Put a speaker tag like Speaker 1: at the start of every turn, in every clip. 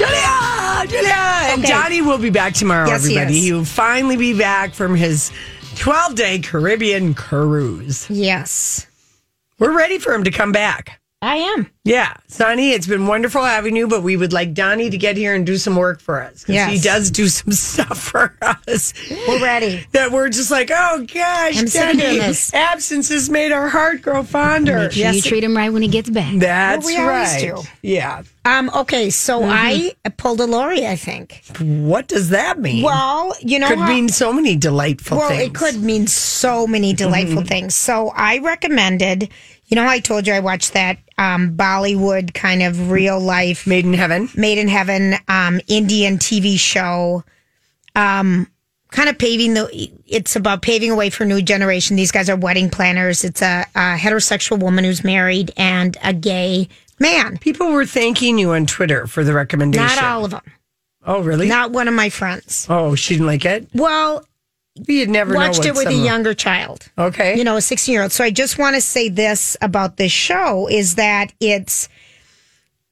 Speaker 1: Julia! Julia! And
Speaker 2: Okay.
Speaker 1: Johnny will be back tomorrow,
Speaker 2: Yes, he
Speaker 1: everybody.
Speaker 2: is.
Speaker 1: He will finally be back from his 12 day Caribbean cruise.
Speaker 2: Yes,
Speaker 1: We're ready for him to come back.
Speaker 2: I am.
Speaker 1: Yeah, Sonny, it's been wonderful having you, but we would like Donnie to get here and do some work for us. Because he
Speaker 2: Yes.
Speaker 1: does do some stuff for us.
Speaker 2: We're ready.
Speaker 1: That we're just like, oh gosh,
Speaker 2: I'm sick of
Speaker 1: Donnie,
Speaker 2: doing this."
Speaker 1: absence has made our heart grow fonder.
Speaker 2: Make sure you treat him right when he gets back.
Speaker 1: That's
Speaker 2: Well, we always
Speaker 1: right.
Speaker 2: do.
Speaker 1: Yeah.
Speaker 2: Um. Okay, so I pulled a lorry. I think.
Speaker 1: What does that mean?
Speaker 2: Well, you know,
Speaker 1: could
Speaker 2: how-
Speaker 1: mean so many delightful
Speaker 2: well,
Speaker 1: things.
Speaker 2: it could mean so many delightful things. So I recommended. You know, how I told you I watched that um, Bollywood kind of real life
Speaker 1: Made in heaven.
Speaker 2: Made in Heaven um, Indian TV show. Um, kind of paving the. It's about paving a way for new generation. These guys are wedding planners. It's a, a heterosexual woman who's married and a gay man.
Speaker 1: People were thanking you on Twitter for the recommendation.
Speaker 2: Not all of them.
Speaker 1: Oh, really?
Speaker 2: Not one of my friends.
Speaker 1: oh, she didn't like it.
Speaker 2: Well,
Speaker 1: You'd never know
Speaker 2: watched
Speaker 1: what
Speaker 2: it with a
Speaker 1: some-
Speaker 2: younger child.
Speaker 1: Okay.
Speaker 2: you know, a 16 year old. So I just want to say this about this show is that it's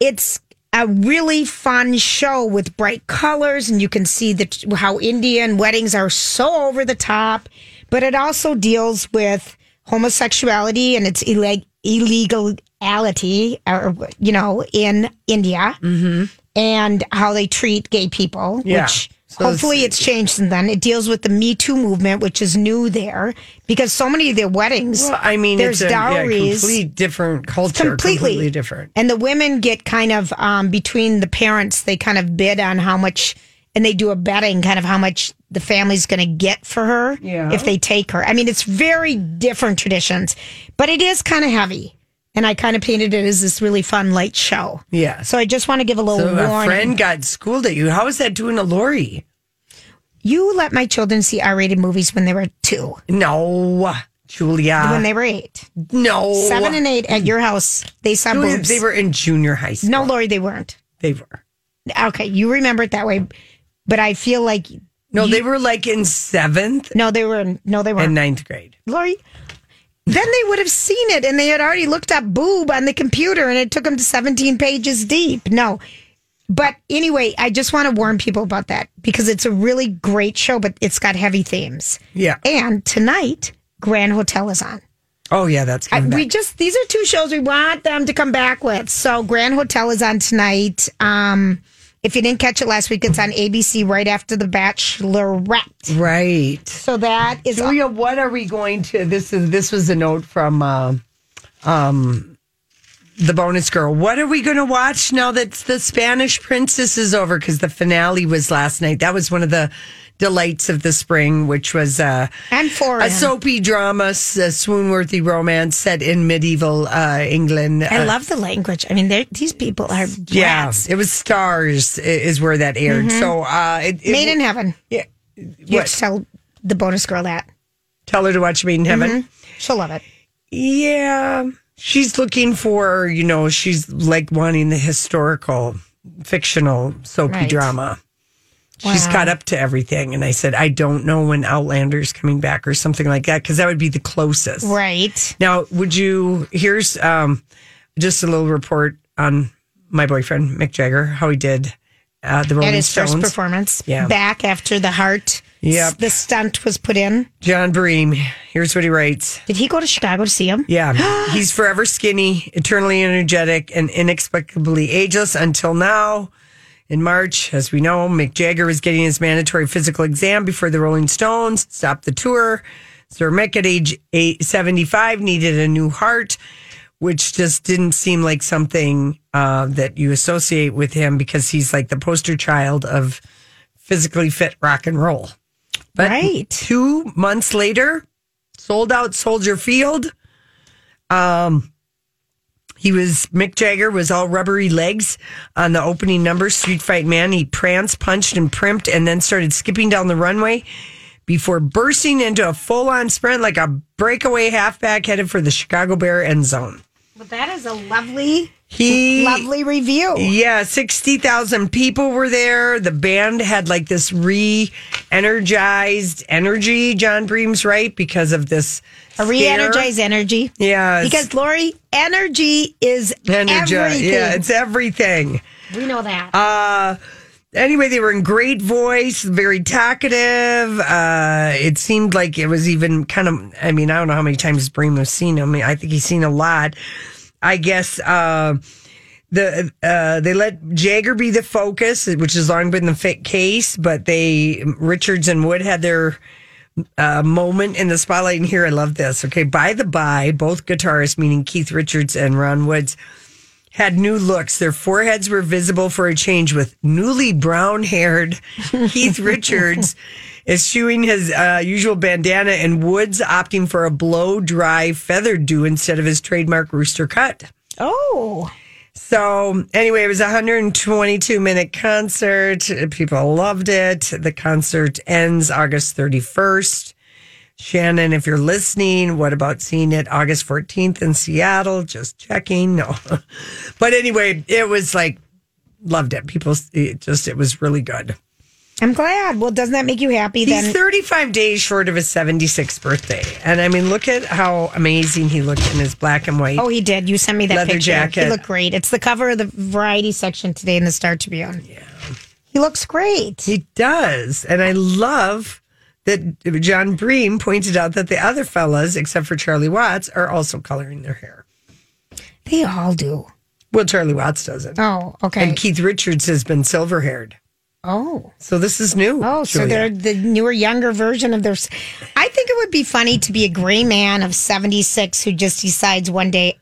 Speaker 2: it's a really fun show with bright colors and you can see that how Indian weddings are so over the top, but it also deals with homosexuality and its illeg- illegality or you know in India. And how they treat gay people,
Speaker 1: Yeah.
Speaker 2: which
Speaker 1: So it's-
Speaker 2: hopefully it's changed since then. It deals with the Me Too movement, which is new there because so many of their weddings,
Speaker 1: Well, I mean,
Speaker 2: there's
Speaker 1: it's a yeah,
Speaker 2: dowries.
Speaker 1: complete different culture.
Speaker 2: Completely.
Speaker 1: different.
Speaker 2: and the women get kind of um, between the parents, they kind of bid on how much, and they do a betting kind of how much the family's going to get for her
Speaker 1: Yeah.
Speaker 2: if they take her. I mean, it's very different traditions, but it is kind of heavy. And I kind of painted it as this really fun light show.
Speaker 1: Yeah.
Speaker 2: So I just want to give a little
Speaker 1: So a
Speaker 2: warning.
Speaker 1: friend got schooled at you. How is that doing a lorry?
Speaker 2: you let my children see R-rated movies when they were two,
Speaker 1: No, Julia.
Speaker 2: when they were eight.
Speaker 1: no,
Speaker 2: seven and eight at your house. They saw
Speaker 1: Julia,
Speaker 2: boobs.
Speaker 1: They were in junior high school.
Speaker 2: no, Lori, they weren't.
Speaker 1: they were.
Speaker 2: Okay, you remember it that way, but I feel like
Speaker 1: No, they were like in seventh
Speaker 2: no, they were no, they
Speaker 1: and
Speaker 2: weren't.
Speaker 1: ninth grade.
Speaker 2: Lori, then they would have seen it, and they had already looked up boob on the computer, and it took them to seventeen pages deep. No. But anyway, I just want to warn people about that because it's a really great show, but it's got heavy themes.
Speaker 1: Yeah.
Speaker 2: And tonight, Grand Hotel is on.
Speaker 1: Oh, yeah, that's
Speaker 2: I,
Speaker 1: coming back.
Speaker 2: we just these are two shows we want them to come back with. So Grand Hotel is on tonight. Um, if you didn't catch it last week, it's on ABC right after The Bachelorette.
Speaker 1: right.
Speaker 2: So that is
Speaker 1: Julia, what are we going to? This is this was a note from uh, um, the bonus girl. What are we going to watch now that the Spanish Princess is over? Because the finale was last night. That was one of the delights of the spring, which was uh,
Speaker 2: and foreign.
Speaker 1: a soapy drama, s- a swoon-worthy romance set in medieval uh, England.
Speaker 2: I
Speaker 1: Uh,
Speaker 2: love the language. I mean, they're- these people are
Speaker 1: yeah,
Speaker 2: brats.
Speaker 1: it was stars i- is where that aired.
Speaker 2: Mm-hmm.
Speaker 1: So uh, it, it-
Speaker 2: Made in heaven.
Speaker 1: yeah,
Speaker 2: You have
Speaker 1: what?
Speaker 2: to tell the bonus girl that
Speaker 1: tell her to watch Made in Heaven.
Speaker 2: Mm-hmm. she'll love it.
Speaker 1: Yeah. She's looking for, you know, she's like wanting the historical, fictional soapy
Speaker 2: Right.
Speaker 1: drama. She's
Speaker 2: Wow.
Speaker 1: caught up to everything. And I said, I don't know when Outlander's coming back or something like that, because that would be the closest.
Speaker 2: Right.
Speaker 1: Now, would you, here's um, just a little report on my boyfriend, Mick Jagger, how he did uh, the Rolling
Speaker 2: At his
Speaker 1: Stones.
Speaker 2: first performance,
Speaker 1: Yeah.
Speaker 2: back after the heart,
Speaker 1: Yep.
Speaker 2: the stunt was put in.
Speaker 1: John Bream, here's what he writes.
Speaker 2: Did he go to Chicago to see him?
Speaker 1: Yeah. He's forever skinny, eternally energetic, and inexplicably ageless until now. In March, as we know, Mick Jagger is getting his mandatory physical exam before the Rolling Stones stopped the tour. Sir Mick at age eight, 75 needed a new heart, which just didn't seem like something uh, that you associate with him because he's like the poster child of physically fit rock and roll. But
Speaker 2: Right.
Speaker 1: two months later, sold out Soldier Field. Um, he was Mick Jagger was all rubbery legs on the opening number, Street Fight Man. He pranced, punched, and primped, and then started skipping down the runway before bursting into a full on sprint like a breakaway halfback headed for the Chicago Bear end zone.
Speaker 2: Well, that is a lovely,
Speaker 1: He
Speaker 2: lovely review.
Speaker 1: yeah, 60,000 people were there. The band had like this re energized energy, John Bream's right, because of this.
Speaker 2: A re-energize energy.
Speaker 1: Yeah.
Speaker 2: Because Lori, energy is
Speaker 1: energy.
Speaker 2: everything.
Speaker 1: Yeah, it's everything. Uh,
Speaker 2: we know that.
Speaker 1: Anyway, they were in great voice, very talkative. Uh, it seemed like it was even kind of, I mean, I don't know how many times Bream has seen him. I, mean, I think he's seen a lot. I guess, uh, the uh, they let Jagger be the focus, which has long been the fit case. But they Richards and Wood had their uh, moment in the spotlight. And here, I love this. Okay, by the by, both guitarists, meaning Keith Richards and Ron Woods, had new looks. Their foreheads were visible for a change. With newly brown-haired Keith Richards eschewing his uh, usual bandana, and Woods opting for a blow-dry feather do instead of his trademark rooster cut.
Speaker 2: oh,
Speaker 1: So anyway, it was a 122 minute concert. People loved it. The concert ends August 31st. Shannon, if you're listening, what about seeing it August 14th in Seattle? Just checking. No. but anyway, it was like, loved it. People it just, it was really good.
Speaker 2: I'm glad. Well, doesn't that make you happy
Speaker 1: He's
Speaker 2: then?
Speaker 1: 35 days short of his 76th birthday. And I mean, look at how amazing he looked in his black and white.
Speaker 2: Oh, he did. You sent me that
Speaker 1: Leather
Speaker 2: picture.
Speaker 1: jacket.
Speaker 2: He looked great. It's the cover of the variety section today in the Star Tribune. Yeah, he looks great.
Speaker 1: He does. And I love that John Bream pointed out that the other fellas, except for Charlie Watts, are also coloring their hair.
Speaker 2: they all do.
Speaker 1: Well, Charlie Watts doesn't.
Speaker 2: Oh, okay.
Speaker 1: And Keith Richards has been silver haired.
Speaker 2: oh,
Speaker 1: So this is new.
Speaker 2: oh, so
Speaker 1: Julia.
Speaker 2: they're the newer, younger version of their. s- I think it would be funny to be a gray man of 76 who just decides one day,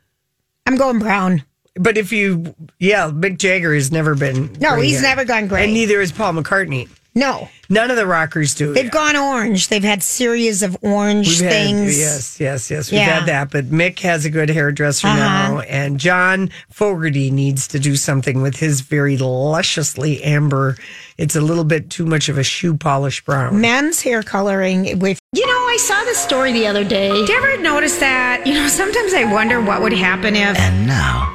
Speaker 2: I'm going brown.
Speaker 1: But if you, yeah, Mick Jagger has never been.
Speaker 2: No,
Speaker 1: gray
Speaker 2: he's
Speaker 1: hair.
Speaker 2: never gone gray.
Speaker 1: And neither is Paul McCartney.
Speaker 2: no,
Speaker 1: None of the rockers do.
Speaker 2: they've gone orange. They've had series of orange
Speaker 1: We've had-
Speaker 2: things.
Speaker 1: yes, yes, yes. We've
Speaker 2: Yeah.
Speaker 1: had that. But Mick has a good hairdresser now. And John Fogerty needs to do something with his very lusciously amber. It's a little bit too much of a shoe polish brown.
Speaker 2: Men's hair coloring with
Speaker 3: You know, I saw this story the other day.
Speaker 2: Do you ever notice that? You know, sometimes I wonder what would happen if
Speaker 4: And now,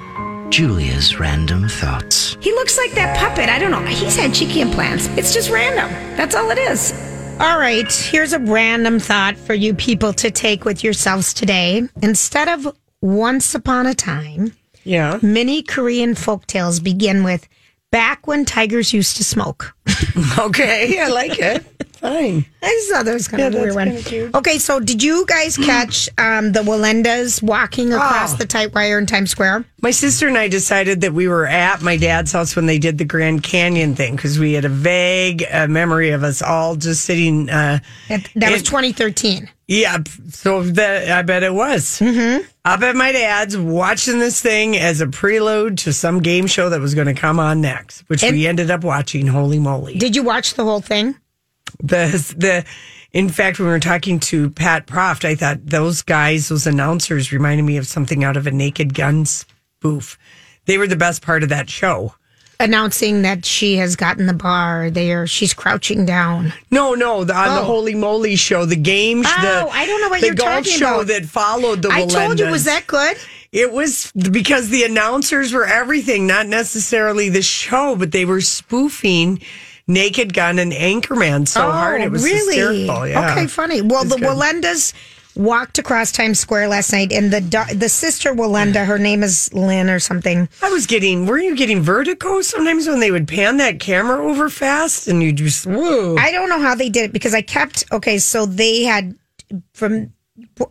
Speaker 4: Julia's random thoughts.
Speaker 3: He looks like that puppet. I don't know. He's had cheeky implants. It's just random. That's all it is.
Speaker 2: All right, here's a random thought for you people to take with yourselves today. Instead of once upon a time,
Speaker 1: Yeah.
Speaker 2: many Korean folktales begin with back when tigers used to smoke.
Speaker 1: Okay. I like it. Fine.
Speaker 2: I just thought that was kind of a weird one. Okay, so did you guys catch um, the Walendas walking across
Speaker 1: Mm. Oh.
Speaker 2: the tight wire in Times Square?
Speaker 1: My sister and I decided that we were at my dad's house when they did the Grand Canyon thing because we had a vague uh, memory of us all just sitting. Uh,
Speaker 2: That, that was
Speaker 1: It-
Speaker 2: 2013.
Speaker 1: Yeah, p- so that I bet it was. Mm-hmm. Up at my dad's, watching this thing as a prelude to some game show that was going to come on next, which we ended up watching. Holy moly!
Speaker 2: Did you watch the whole thing?
Speaker 1: the the, in fact, when we were talking to Pat Proft, I thought those guys, those announcers, reminded me of something out of a Naked Gun spoof. They were the best part of that show.
Speaker 2: Announcing that she has gotten the bar there. She's crouching down.
Speaker 1: No, no, the, on the
Speaker 2: Oh.
Speaker 1: Holy Moly show, the game. sh-
Speaker 2: Oh,
Speaker 1: the,
Speaker 2: I don't know what
Speaker 1: the
Speaker 2: you're
Speaker 1: golf
Speaker 2: talking
Speaker 1: show
Speaker 2: about.
Speaker 1: that followed the.
Speaker 2: I told you, was
Speaker 1: Walendas.
Speaker 2: that good?
Speaker 1: It was because the announcers were everything, not necessarily the show, but they were spoofing Naked Gun and Anchorman so hard. It was hysterical. Yeah.
Speaker 2: Oh, Okay, funny. Well, the Walendas walked across Times Square last night, and the da- the sister Walenda, her name is Lynn or something.
Speaker 1: I was getting, were you getting vertigo sometimes when they would pan that camera over fast and you just, whoa.
Speaker 2: I don't know how they did it because I kept okay. So they had from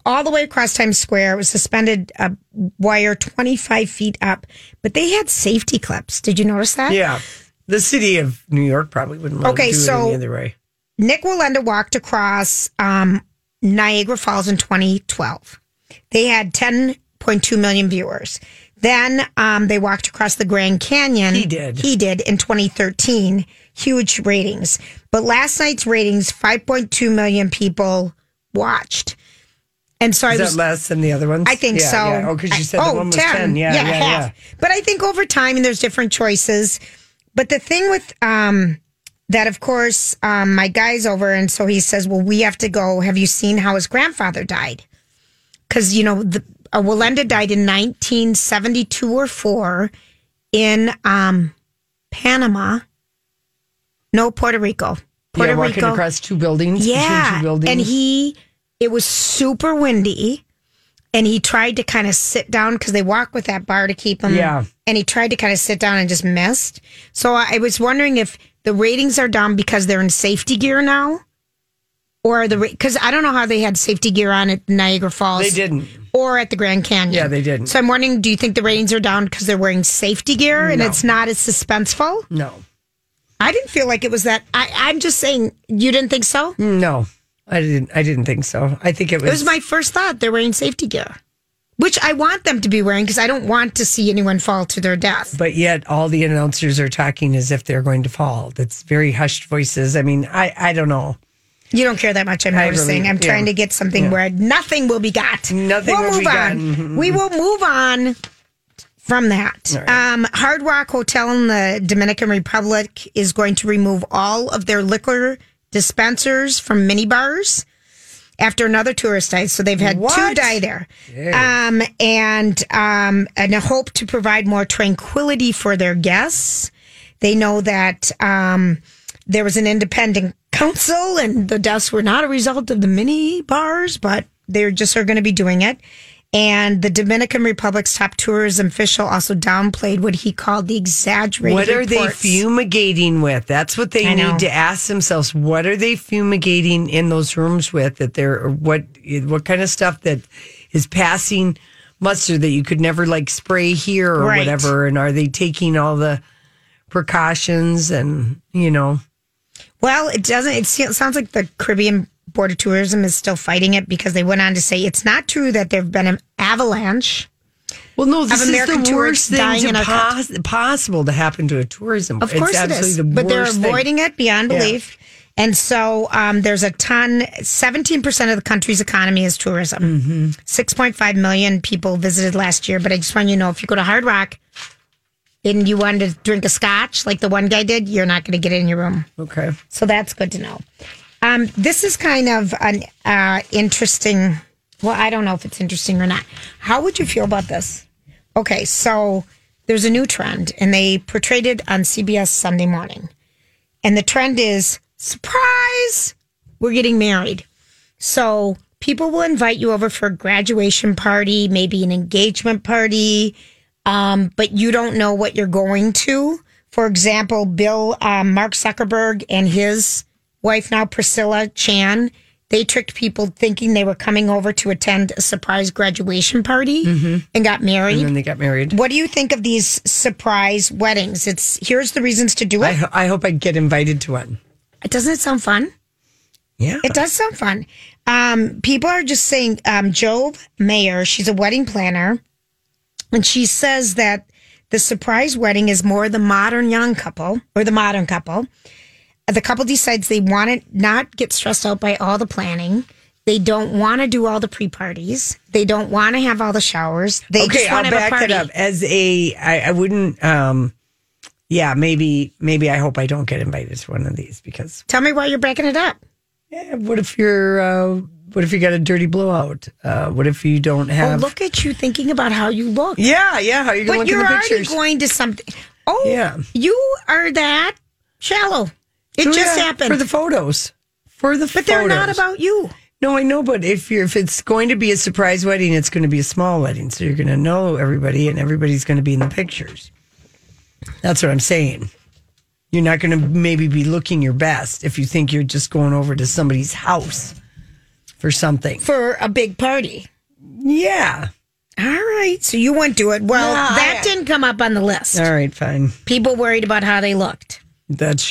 Speaker 2: all the way across Times Square it was suspended uh, a wire twenty five feet up, but they had safety clips. Did you notice that?
Speaker 1: yeah. The city of New York probably wouldn't let
Speaker 2: Okay,
Speaker 1: okay, do so, it
Speaker 2: so-
Speaker 1: any other way.
Speaker 2: Nick Walenda walked across um, Niagara Falls in 2012. They had 10.2 million viewers. Then um, they walked across the Grand Canyon.
Speaker 1: He did.
Speaker 2: He did in 2013. Huge ratings. But last night's ratings, 5.2 million people watched. And so I
Speaker 1: Is
Speaker 2: was
Speaker 1: that less than the other ones?
Speaker 2: I think
Speaker 1: Yeah,
Speaker 2: so.
Speaker 1: Yeah. Oh, because you said
Speaker 2: I-
Speaker 1: the one was 10. Yeah, yeah, yeah.
Speaker 2: half. But I think over time, and there's different choices. But the thing with um, that, of course, um, my guy's over, and so he says, "Well, we have to go. Have you seen how his grandfather died? Because you know, the, uh, Walenda died in 1972 or four in um, Panama. No, Puerto Rico. Puerto
Speaker 1: yeah, walking
Speaker 2: Rico.
Speaker 1: across two buildings. between
Speaker 2: Yeah.
Speaker 1: Two buildings.
Speaker 2: And he, it was super windy. And he tried to kind of sit down because they walk with that bar to keep him.
Speaker 1: Yeah.
Speaker 2: And he tried to kind of sit down and just missed. So I I was wondering if the ratings are down because they're in safety gear now. Or the because I don't know how they had safety gear on at Niagara Falls.
Speaker 1: They didn't.
Speaker 2: Or at the Grand Canyon.
Speaker 1: Yeah, they didn't.
Speaker 2: So I'm wondering, do you think the ratings are down because they're wearing safety gear and it's not as suspenseful?
Speaker 1: No.
Speaker 2: I didn't feel like it was that. I, I'm just saying, you didn't think so?
Speaker 1: No. I didn't I didn't think so. I think it was,
Speaker 2: It was my first thought. They're wearing safety gear, which I want them to be wearing because I don't want to see anyone fall to their death.
Speaker 1: but yet all the announcers are talking as if they're going to fall. That's very hushed voices. I mean, I, I don't know.
Speaker 2: You don't care that much. I'm
Speaker 1: I
Speaker 2: noticing.
Speaker 1: really-
Speaker 2: I'm trying
Speaker 1: yeah.
Speaker 2: to get something where nothing will be got.
Speaker 1: Nothing
Speaker 2: We'll
Speaker 1: will
Speaker 2: move
Speaker 1: be Mm-hmm.
Speaker 2: on. We will move on from that. Um, Hard Rock Hotel in the Dominican Republic is going to remove all of their liquor dispensers from minibars after another tourist died. So they've had two
Speaker 1: What?
Speaker 2: die there. Um, and um, and a hope to provide more tranquility for their guests. They know that um, there was an independent council, and the deaths were not a result of the mini bars, but they're just are going to be doing it. And the Dominican Republic's top tourism official also downplayed what he called the exaggerated.
Speaker 1: What are they
Speaker 2: reports.
Speaker 1: fumigating with? That's what they
Speaker 2: I know.
Speaker 1: need to ask themselves. What are they fumigating in those rooms with? That they're or what? What kind of stuff that is passing muster that you could never like spray here or
Speaker 2: Right.
Speaker 1: whatever? And are they taking all the precautions and you know?
Speaker 2: Well, it doesn't. It se- sounds like the Caribbean Board of Tourism is still fighting it because they went on to say it's not true that there have been an avalanche.
Speaker 1: Well, no, this is
Speaker 2: American
Speaker 1: the
Speaker 2: tourists
Speaker 1: worst thing
Speaker 2: dying in
Speaker 1: to
Speaker 2: our
Speaker 1: pos- possible to happen to a tourism.
Speaker 2: Of course
Speaker 1: it's
Speaker 2: it
Speaker 1: absolutely
Speaker 2: is,
Speaker 1: the
Speaker 2: but they're
Speaker 1: worst thing.
Speaker 2: avoiding it beyond
Speaker 1: Yeah.
Speaker 2: belief. And so um, there's a ton. Seventeen percent of the country's economy is tourism. point five million people visited last year. But I just want you to know, if you go to Hard Rock and you wanted to drink a scotch like the one guy did, you're not going to get it in your room.
Speaker 1: Okay.
Speaker 2: So that's good to know. Um, this is kind of an uh, interesting. Well, I don't know if it's interesting or not. How would you feel about this? Okay, so there's a new trend, and they portrayed it on CBS Sunday morning. And the trend is surprise, we're getting married. So people will invite you over for a graduation party, maybe an engagement party, um, but you don't know what you're going to. For example, Bill um, Mark Zuckerberg and his wife now Priscilla Chan, they tricked people thinking they were coming over to attend a surprise graduation party and got married.
Speaker 1: And then they got married.
Speaker 2: what do you think of these surprise weddings? It's here's the reasons to do
Speaker 1: I,
Speaker 2: it.
Speaker 1: ho- I hope I get invited to one.
Speaker 2: Doesn't it sound fun?
Speaker 1: Yeah.
Speaker 2: It does sound fun. Um, people are just saying um, Jove Mayer, she's a wedding planner, and she says that the surprise wedding is more the modern young couple or the modern couple. The couple decides they want to not get stressed out by all the planning. They don't want to do all the pre parties. They don't want to have all the showers. They
Speaker 1: okay,
Speaker 2: just want
Speaker 1: I'll
Speaker 2: to have
Speaker 1: back
Speaker 2: a
Speaker 1: that
Speaker 2: party.
Speaker 1: up. As a, I, I wouldn't. um Yeah, maybe, maybe I hope I don't get invited to one of these because
Speaker 2: Tell me why you're breaking it up.
Speaker 1: eh, what if you're, uh, what if you got a dirty blowout? Uh, what if you don't
Speaker 2: Oh,
Speaker 1: have?
Speaker 2: look at you thinking about how you look.
Speaker 1: yeah, yeah. How are you gonna
Speaker 2: But
Speaker 1: look
Speaker 2: you're
Speaker 1: at the
Speaker 2: already
Speaker 1: pictures?
Speaker 2: going to something. Oh,
Speaker 1: Yeah.
Speaker 2: you are that shallow. It
Speaker 1: So,
Speaker 2: just
Speaker 1: yeah,
Speaker 2: happened.
Speaker 1: for the photos. For the
Speaker 2: but they're not
Speaker 1: photos.
Speaker 2: about you.
Speaker 1: No, I know, but if you're if it's going to be a surprise wedding, it's going to be a small wedding, so you're going to know everybody, and everybody's going to be in the pictures. That's what I'm saying. You're not going to maybe be looking your best if you think you're just going over to somebody's house for something.
Speaker 2: For a big party.
Speaker 1: Yeah,
Speaker 2: All right. So you went to it. Well,
Speaker 3: No,
Speaker 2: that
Speaker 3: I-
Speaker 2: didn't come up on the list.
Speaker 1: All right, fine.
Speaker 2: People worried about how they looked.
Speaker 1: That's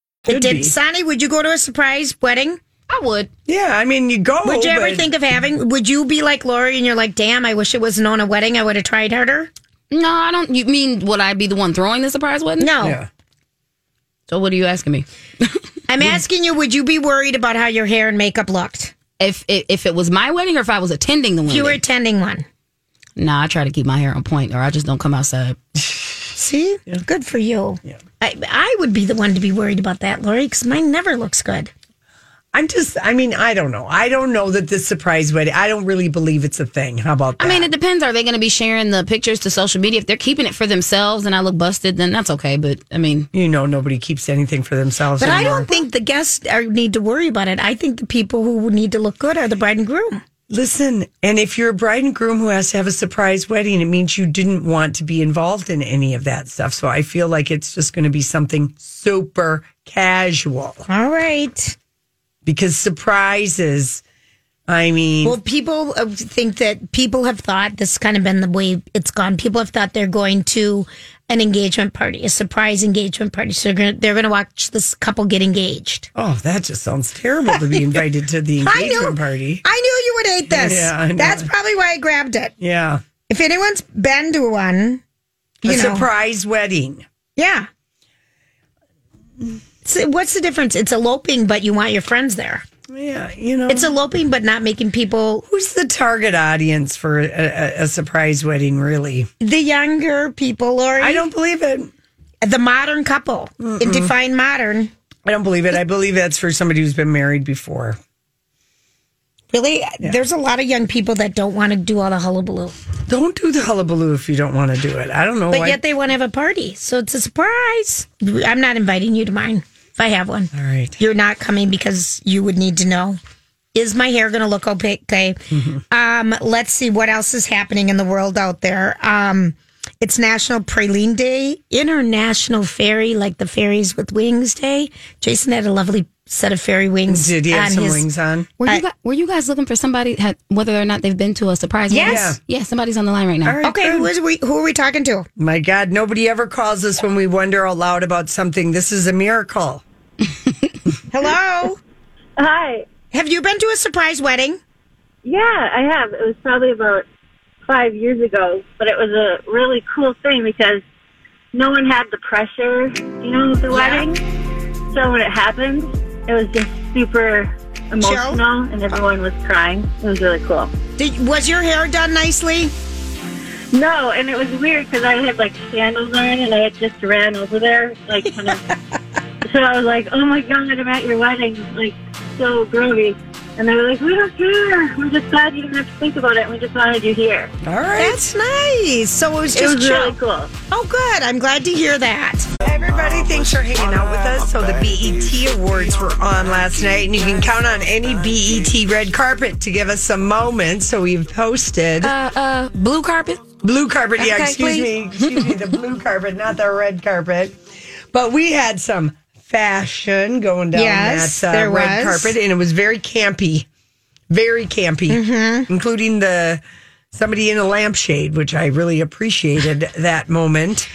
Speaker 1: Could
Speaker 2: Did
Speaker 1: be.
Speaker 2: Sonny, would you go to a surprise wedding? I would.
Speaker 1: yeah. I mean, you go.
Speaker 2: Would you ever
Speaker 1: but-
Speaker 2: think of having? Would you be like Lori and you're like, damn, I wish it was known a wedding. I would have tried harder.
Speaker 5: No, I don't. You mean would I be the one throwing the surprise wedding?
Speaker 2: No,
Speaker 1: Yeah.
Speaker 5: So what are you asking me?
Speaker 2: I'm asking you. Would you be worried about how your hair and makeup looked
Speaker 5: If, if if it was my wedding or if I was attending the
Speaker 2: if
Speaker 5: wedding?
Speaker 2: you were attending one?
Speaker 5: nah, I try to keep my hair on point, or I just don't come outside.
Speaker 2: See, good for you. I I would be the one to be worried about that, Lori, because mine never looks good.
Speaker 1: I'm just. I mean, I don't know. I don't know that this surprise wedding. I don't really believe it's a thing. How about that?
Speaker 5: I mean, it depends. Are they going to be sharing the pictures to social media? If they're keeping it for themselves and I look busted, then that's okay. But I mean,
Speaker 1: you know, nobody keeps anything for themselves.
Speaker 2: But I
Speaker 1: anymore.
Speaker 2: don't think the guests are, need to worry about it. I think the people who need to look good are the bride and groom.
Speaker 1: Listen, and if you're a bride and groom who has to have a surprise wedding, it means you didn't want to be involved in any of that stuff. So I feel like it's just going to be something super casual
Speaker 2: All right.
Speaker 1: because surprises, I mean,
Speaker 2: Well, people uh, think that people have thought this has kind of been the way it's gone. People have thought they're going to an engagement party, a surprise engagement party. So they're going to, they're going to watch this couple get engaged.
Speaker 1: oh, that just sounds terrible to be invited to the engagement party.
Speaker 2: I knew you would hate this.
Speaker 1: Yeah, I know.
Speaker 2: That's probably why I grabbed it.
Speaker 1: Yeah.
Speaker 2: If anyone's been to one,
Speaker 1: A
Speaker 2: you know,
Speaker 1: surprise wedding.
Speaker 2: yeah. So what's the difference? It's eloping, but you want your friends there.
Speaker 1: Yeah. You know,
Speaker 2: It's eloping, but not making people
Speaker 1: who's the target audience for a, a, a surprise wedding, really?
Speaker 2: the younger people or
Speaker 1: I don't believe it.
Speaker 2: the modern couple. It define modern.
Speaker 1: I don't believe it. I believe that's for somebody who's been married before.
Speaker 2: Really? There's a lot of young people that don't want to do all the hullabaloo,
Speaker 1: Don't do the hullabaloo if you don't want to do it. Oh, I don't know
Speaker 2: but
Speaker 1: why.
Speaker 2: yet they want to have a party. So it's a surprise. I'm not inviting you to mine if I have one.
Speaker 1: All right.
Speaker 2: You're not coming because you would need to know. Is my hair going to look okay? Okay. Um, let's see what else is happening in the world out there. Um, it's National Praline Day, International Fairy, like the Fairies with Wings Day. Jason had a lovely set of fairy wings.
Speaker 1: Did he have
Speaker 2: on
Speaker 1: some
Speaker 2: his-
Speaker 1: wings on?
Speaker 5: were you guys, were you guys looking for somebody had, whether or not they've been to a surprise? wedding?
Speaker 2: Yes.
Speaker 5: yeah, somebody's on the line right now.
Speaker 2: Okay, who, is we, who are we talking to?
Speaker 1: My God, nobody ever calls us when we wonder out loud about something. This is a miracle.
Speaker 2: Hello.
Speaker 6: Hi.
Speaker 2: Have you been to a surprise wedding?
Speaker 6: Yeah, I have. It was probably about five years ago, but it was a really cool thing because no one had the pressure, you know, of the wedding. So when it happened, it was just super emotional and everyone was crying. It was really cool.
Speaker 2: Did, was your hair done nicely?
Speaker 6: No, and it was weird because I had like sandals on and I had just ran over there, like kind of. so I was like, "Oh my god, I'm at your wedding!" Like so groovy. And they were like, "We don't care. We're just glad you didn't have to think about it. We just wanted you here."
Speaker 1: All right.
Speaker 2: That's nice. So it was
Speaker 6: It
Speaker 2: just
Speaker 6: was
Speaker 2: chill.
Speaker 6: really cool.
Speaker 2: Oh, good. I'm glad to hear that.
Speaker 1: Everybody, thanks for hanging out with us. So the BET Awards were on last night, and you can count on any BET red carpet to give us some moments. So we've posted
Speaker 5: Uh, uh, blue carpet.
Speaker 1: blue carpet. Yeah,
Speaker 5: Okay,
Speaker 1: excuse me, excuse me, the blue carpet, not the red carpet. But we had some fashion going down
Speaker 2: Yes,
Speaker 1: that uh,
Speaker 2: there
Speaker 1: red
Speaker 2: was.
Speaker 1: carpet, and it was very campy, very campy,
Speaker 5: Mm-hmm.
Speaker 1: including the somebody in a lampshade, which I really appreciated that moment.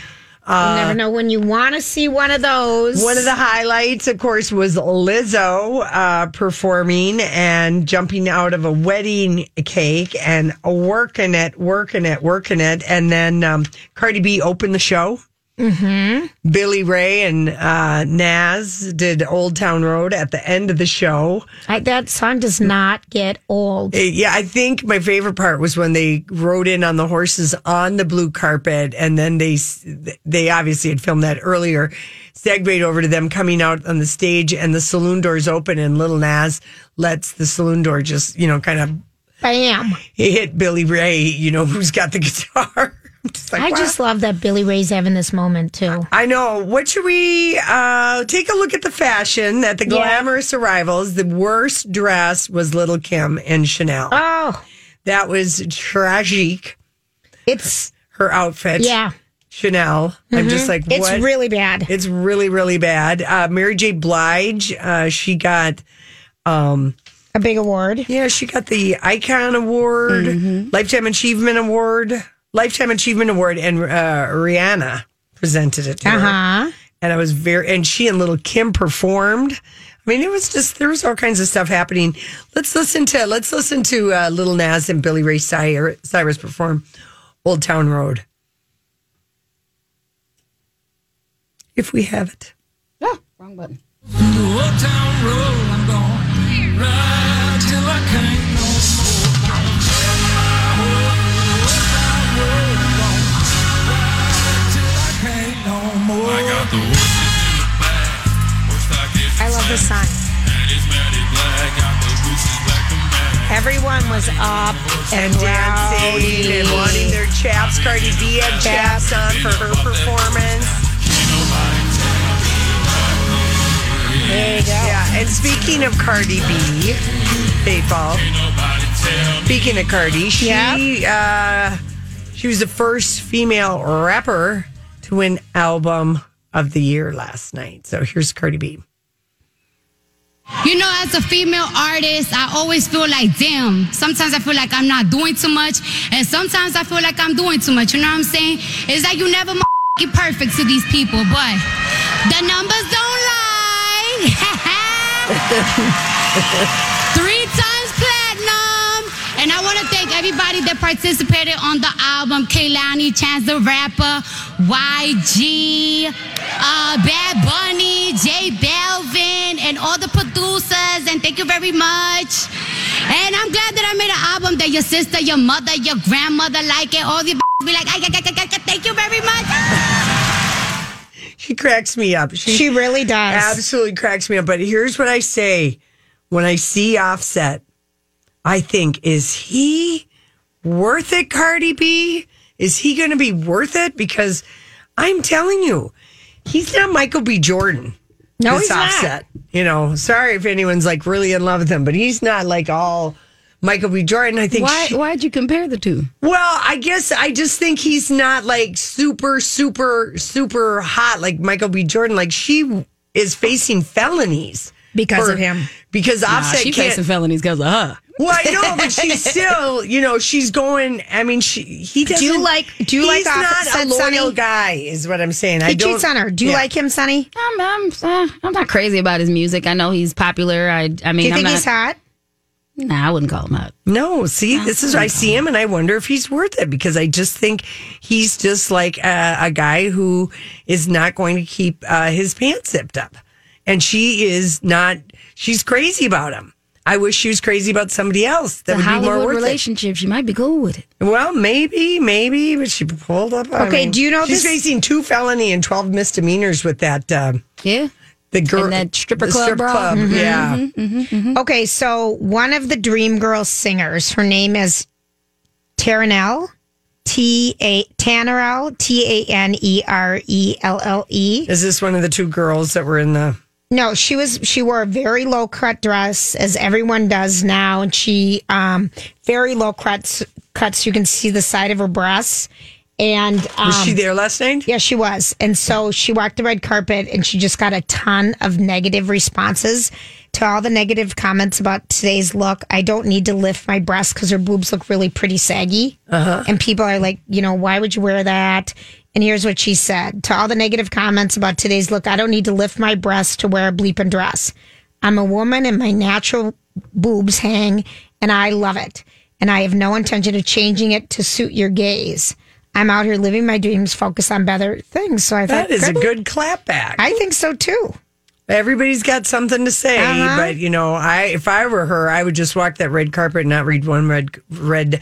Speaker 2: Uh, you never know when you want to see one of those.
Speaker 1: One of the highlights, of course, was Lizzo uh, performing and jumping out of a wedding cake and working it, working it, working it. And then um, Cardi B opened the show.
Speaker 2: Mm-hmm.
Speaker 1: Billy Ray and uh, Nas did Old Town Road at the end of the show.
Speaker 2: I, that song does not get old.
Speaker 1: Uh, yeah, I think my favorite part was when they rode in on the horses on the blue carpet, and then they they obviously had filmed that earlier. Segued over to them coming out on the stage, and the saloon doors open, and Little Nas lets the saloon door just you know kind of
Speaker 2: bam
Speaker 1: hit Billy Ray, you know who's got the guitar. Just like,
Speaker 2: I wow. just love that Billy Ray's having this moment too.
Speaker 1: I know. What should we uh, take a look at the fashion at the glamorous yeah. arrivals? The worst dress was Little Kim and Chanel.
Speaker 2: Oh,
Speaker 1: that was tragic.
Speaker 2: It's
Speaker 1: her outfit.
Speaker 2: Yeah.
Speaker 1: Chanel. Mm-hmm. I'm just like, what?
Speaker 2: It's really bad.
Speaker 1: It's really, really bad. Uh, Mary J. Blige, uh, she got um,
Speaker 2: a big award.
Speaker 1: Yeah, she got the Icon Award, mm-hmm. Lifetime Achievement Award. Lifetime Achievement Award, and uh, Rihanna presented it to uh-huh. her. And I was very, and she and Little Kim performed. I mean, it was just there was all kinds of stuff happening. Let's listen to let's listen to uh, Little Nas and Billy Ray Cyrus perform "Old Town Road." If we have it.
Speaker 5: No, oh, wrong button.
Speaker 7: Old Town Road, I'm going ride till I can't no more.
Speaker 2: I love this song. Everyone was up and, and
Speaker 1: dancing and wanting their chaps. Cardi B had chaps on for her performance.
Speaker 2: There you go.
Speaker 1: Yeah, and speaking of Cardi B, baseball. Speaking of Cardi, she yep. uh, she was the first female rapper to win album of the year last night. So here's Cardi B.
Speaker 8: You know, as a female artist, I always feel like, damn, sometimes I feel like I'm not doing too much, and sometimes I feel like I'm doing too much. You know what I'm saying? It's like you never get perfect to these people, but the numbers don't lie. Three times platinum. And I want to thank everybody that participated on the album Kaylani, Chance the Rapper, YG, uh, Bad Bunny, J Belvin, and all the producers, and thank you very much. And I'm glad that I made an album that your sister, your mother, your grandmother like it. All the be like, I, I, I, thank you very much.
Speaker 1: She cracks me up.
Speaker 2: She, she really does.
Speaker 1: Absolutely cracks me up. But here's what I say when I see Offset, I think, is he worth it, Cardi B? Is he going to be worth it? Because I'm telling you, he's not Michael B. Jordan.
Speaker 2: No, he's offset.
Speaker 1: not. You know, sorry if anyone's like really in love with him, but he's not like all Michael B. Jordan. I think.
Speaker 5: Why?
Speaker 1: She,
Speaker 5: why'd you compare the two?
Speaker 1: Well, I guess I just think he's not like super, super, super hot like Michael B. Jordan. Like she is facing felonies
Speaker 2: because for, of him.
Speaker 1: Because nah, Offset
Speaker 5: she facing felonies because of her.
Speaker 1: Well, I know, but she's still, you know, she's going. I mean, she he doesn't.
Speaker 2: Do you like? Do you
Speaker 1: he's
Speaker 2: like?
Speaker 1: He's not a loyal Sonny? guy, is what I'm saying. He
Speaker 2: I cheats on her. Do you yeah. like him, Sonny?
Speaker 5: I'm, I'm, uh, I'm not crazy about his music. I know he's popular. I, I mean,
Speaker 2: do you think
Speaker 5: not,
Speaker 2: he's hot?
Speaker 5: Nah, I wouldn't call him hot.
Speaker 1: No, see, this is I see him and I wonder if he's worth it because I just think he's just like a, a guy who is not going to keep uh, his pants zipped up, and she is not. She's crazy about him. I wish she was crazy about somebody else. That
Speaker 5: the
Speaker 1: would
Speaker 5: Hollywood
Speaker 1: be more worth
Speaker 5: relationship.
Speaker 1: It.
Speaker 5: She might be cool with it.
Speaker 1: Well, maybe, maybe, but she pulled up.
Speaker 2: I okay,
Speaker 1: mean,
Speaker 2: do you know
Speaker 1: she's
Speaker 2: this?
Speaker 1: facing two felony and twelve misdemeanors with that? Uh,
Speaker 5: yeah.
Speaker 1: The girl,
Speaker 5: and that stripper club,
Speaker 1: strip club.
Speaker 5: Mm-hmm,
Speaker 1: yeah.
Speaker 5: Mm-hmm, mm-hmm,
Speaker 2: okay, so one of the Dream Girl singers, her name is Taranell, T A Tannerell, T A N E R E L L E.
Speaker 1: Is this one of the two girls that were in the?
Speaker 2: No, she was she wore a very low cut dress as everyone does now and she um very low cuts cuts you can see the side of her breasts and um,
Speaker 1: was she there last night?
Speaker 2: Yeah, she was. And so she walked the red carpet and she just got a ton of negative responses to all the negative comments about today's look. I don't need to lift my breasts cuz her boobs look really pretty saggy.
Speaker 1: Uh-huh.
Speaker 2: And people are like, you know, why would you wear that? And here's what she said to all the negative comments about today's look. I don't need to lift my breast to wear a bleeping dress. I'm a woman and my natural boobs hang and I love it. And I have no intention of changing it to suit your gaze. I'm out here living my dreams, focused on better things. So I
Speaker 1: That
Speaker 2: thought
Speaker 1: is a good clapback.
Speaker 2: I think so too.
Speaker 1: Everybody's got something to say,
Speaker 2: Uh-huh.
Speaker 1: but you know, I if I were her, I would just walk that red carpet and not read one red red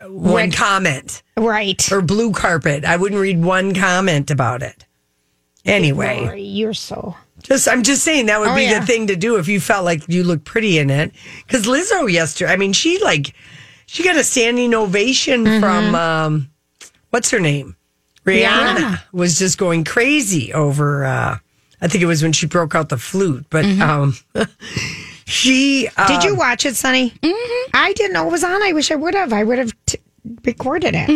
Speaker 1: one
Speaker 2: Red-
Speaker 1: comment
Speaker 2: Right.
Speaker 1: or blue carpet. I wouldn't read one comment about it. Anyway,
Speaker 2: Lori, you're so.
Speaker 1: just I'm just saying that would
Speaker 2: Oh,
Speaker 1: be
Speaker 2: yeah.
Speaker 1: the thing to do if you felt like you looked pretty in it. Because Lizzo yesterday, I mean, she like she got a standing ovation
Speaker 5: Mm-hmm.
Speaker 1: from um, what's her name, Rihanna, was just going crazy over. Uh, I think it was when she broke out the flute, but
Speaker 5: Mm-hmm.
Speaker 1: um, she uh,
Speaker 2: Did you watch it, Sonny? Mm-hmm. I didn't know it was on. I wish I would have. I would have t- recorded it.